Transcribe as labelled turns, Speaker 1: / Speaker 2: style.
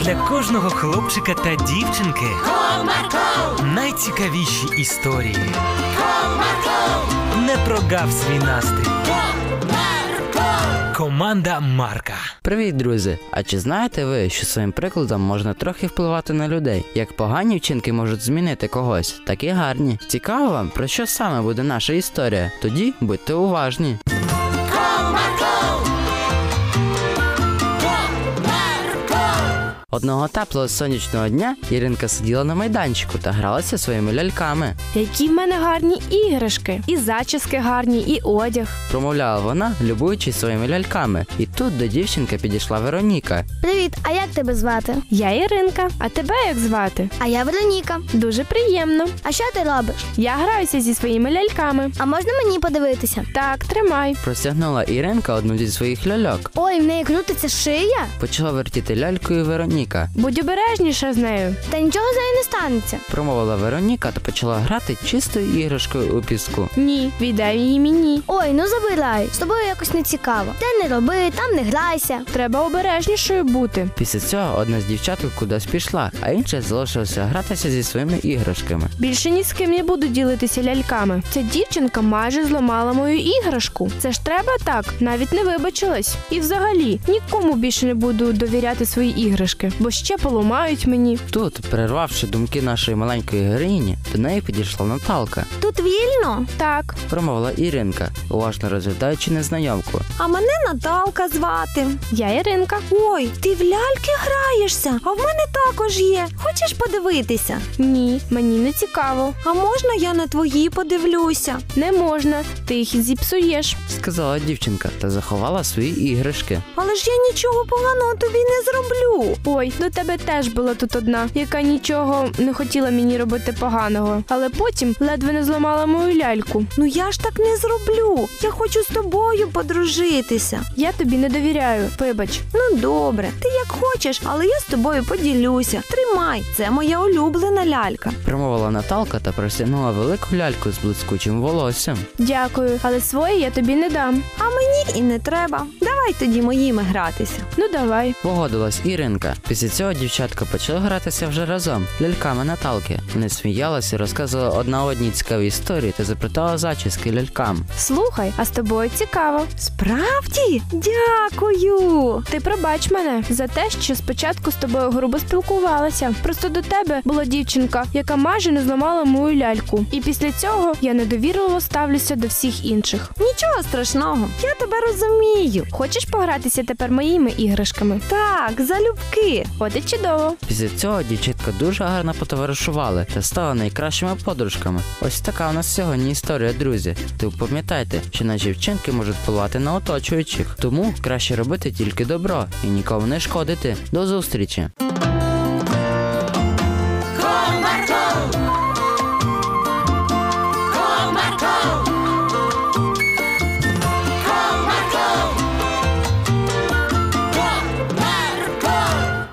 Speaker 1: для кожного хлопчика та дівчинки
Speaker 2: Comarco,
Speaker 1: найцікавіші історії.
Speaker 2: comarco,
Speaker 1: Не прогав свій настрій.
Speaker 2: comarco.
Speaker 1: Команда Марка.
Speaker 3: Привіт, друзі! А чи знаєте ви, що своїм прикладом можна трохи впливати на людей? Як погані вчинки можуть змінити когось, так і гарні. Цікаво вам, про що саме буде наша історія? Тоді будьте уважні. Одного теплого сонячного дня Іринка сиділа на майданчику та гралася своїми ляльками.
Speaker 4: Які в мене гарні іграшки, і зачіски гарні, і одяг.
Speaker 3: Промовляла вона, любуючись своїми ляльками. І тут до дівчинки підійшла Вероніка.
Speaker 5: Привіт, а як тебе звати?
Speaker 4: Я Іринка. А тебе як звати?
Speaker 5: А я Вероніка.
Speaker 4: Дуже приємно.
Speaker 5: А що ти робиш?
Speaker 4: Я граюся зі своїми ляльками.
Speaker 5: А можна мені подивитися?
Speaker 4: Так, тримай.
Speaker 3: Простягнула Іринка одну зі своїх ляльок.
Speaker 5: Ой, в неї крутиться шия.
Speaker 3: Почала вертіти лялькою Вероніка.
Speaker 4: Будь обережніша з нею.
Speaker 5: Та нічого з нею не станеться.
Speaker 3: Промовила Вероніка та почала грати чистою іграшкою у піску.
Speaker 4: Ні, віддай її мені.
Speaker 5: Ой, ну забирай. З тобою якось не цікаво. Те не роби, там не грайся.
Speaker 4: Треба обережнішою бути.
Speaker 3: Після цього одна з дівчаток кудись пішла, а інша залишилася гратися зі своїми іграшками.
Speaker 4: Більше ні з ким не буду ділитися ляльками. Ця дівчинка майже зламала мою іграшку. Це ж треба так, навіть не вибачилась. І взагалі нікому більше не буду довіряти свої іграшки, бо ще поламають мені.
Speaker 3: Тут, перервавши думки нашої маленької героїні, до неї підійшла Наталка,
Speaker 5: Тут вільно.
Speaker 4: Так,
Speaker 3: промовила Іринка, уважно розглядаючи незнайомку.
Speaker 6: А мене Наталка звати.
Speaker 4: я Іринка.
Speaker 6: Ой, ти в ляльки граєшся, а в мене також є. Хочеш подивитися?
Speaker 4: Ні, мені не цікаво.
Speaker 6: А можна я на твої подивлюся?
Speaker 4: Не можна, ти їх зіпсуєш.
Speaker 3: Сказала дівчинка та заховала свої іграшки.
Speaker 6: Але ж я нічого поганого тобі не зроблю.
Speaker 4: Ой, до тебе теж була тут одна, яка нічого не хотіла мені робити поганого, але потім ледве не зламала мою ляльку.
Speaker 6: Ну я ж так не зроблю. Я хочу з тобою подружитися.
Speaker 4: Я тобі не довіряю, вибач.
Speaker 6: Ну добре, ти як хочеш, але я з тобою поділюся. Тримай, це моя улюблена лялька.
Speaker 3: Промовила Наталка та простягнула велику ляльку з блискучим волоссям.
Speaker 4: Дякую, але своє я тобі не дам.
Speaker 6: А мені і не треба. Давай тоді моїми гратися.
Speaker 4: Ну давай.
Speaker 3: Погодилась Іринка. Після цього дівчатка почала гратися вже разом ляльками Наталки. Вони сміялися, розказували одна одній цікаві історії та заплітали зачіски лялькам.
Speaker 4: Слухай, а з тобою цікаво.
Speaker 6: Справді? Дякую.
Speaker 4: Ти пробач мене за те, що спочатку з тобою грубо спілкувалася. Просто до тебе була дівчинка, яка майже не зламала мою ляльку. І після цього я недовірливо ставлюся до всіх інших.
Speaker 6: Нічого страшного, я тебе розумію.
Speaker 4: Хочеш погратися тепер моїми іграшками?
Speaker 6: Так, залюбки.
Speaker 4: От і чудово.
Speaker 3: Після цього дівчатка дуже гарно потоваришували та стали найкращими подружками. Ось така у нас сьогодні історія, друзі. Ти пам'ятайте, що наші вчинки можуть впливати на оточуючих, тому краще робити тільки добро і нікому не шкодити. До зустрічі!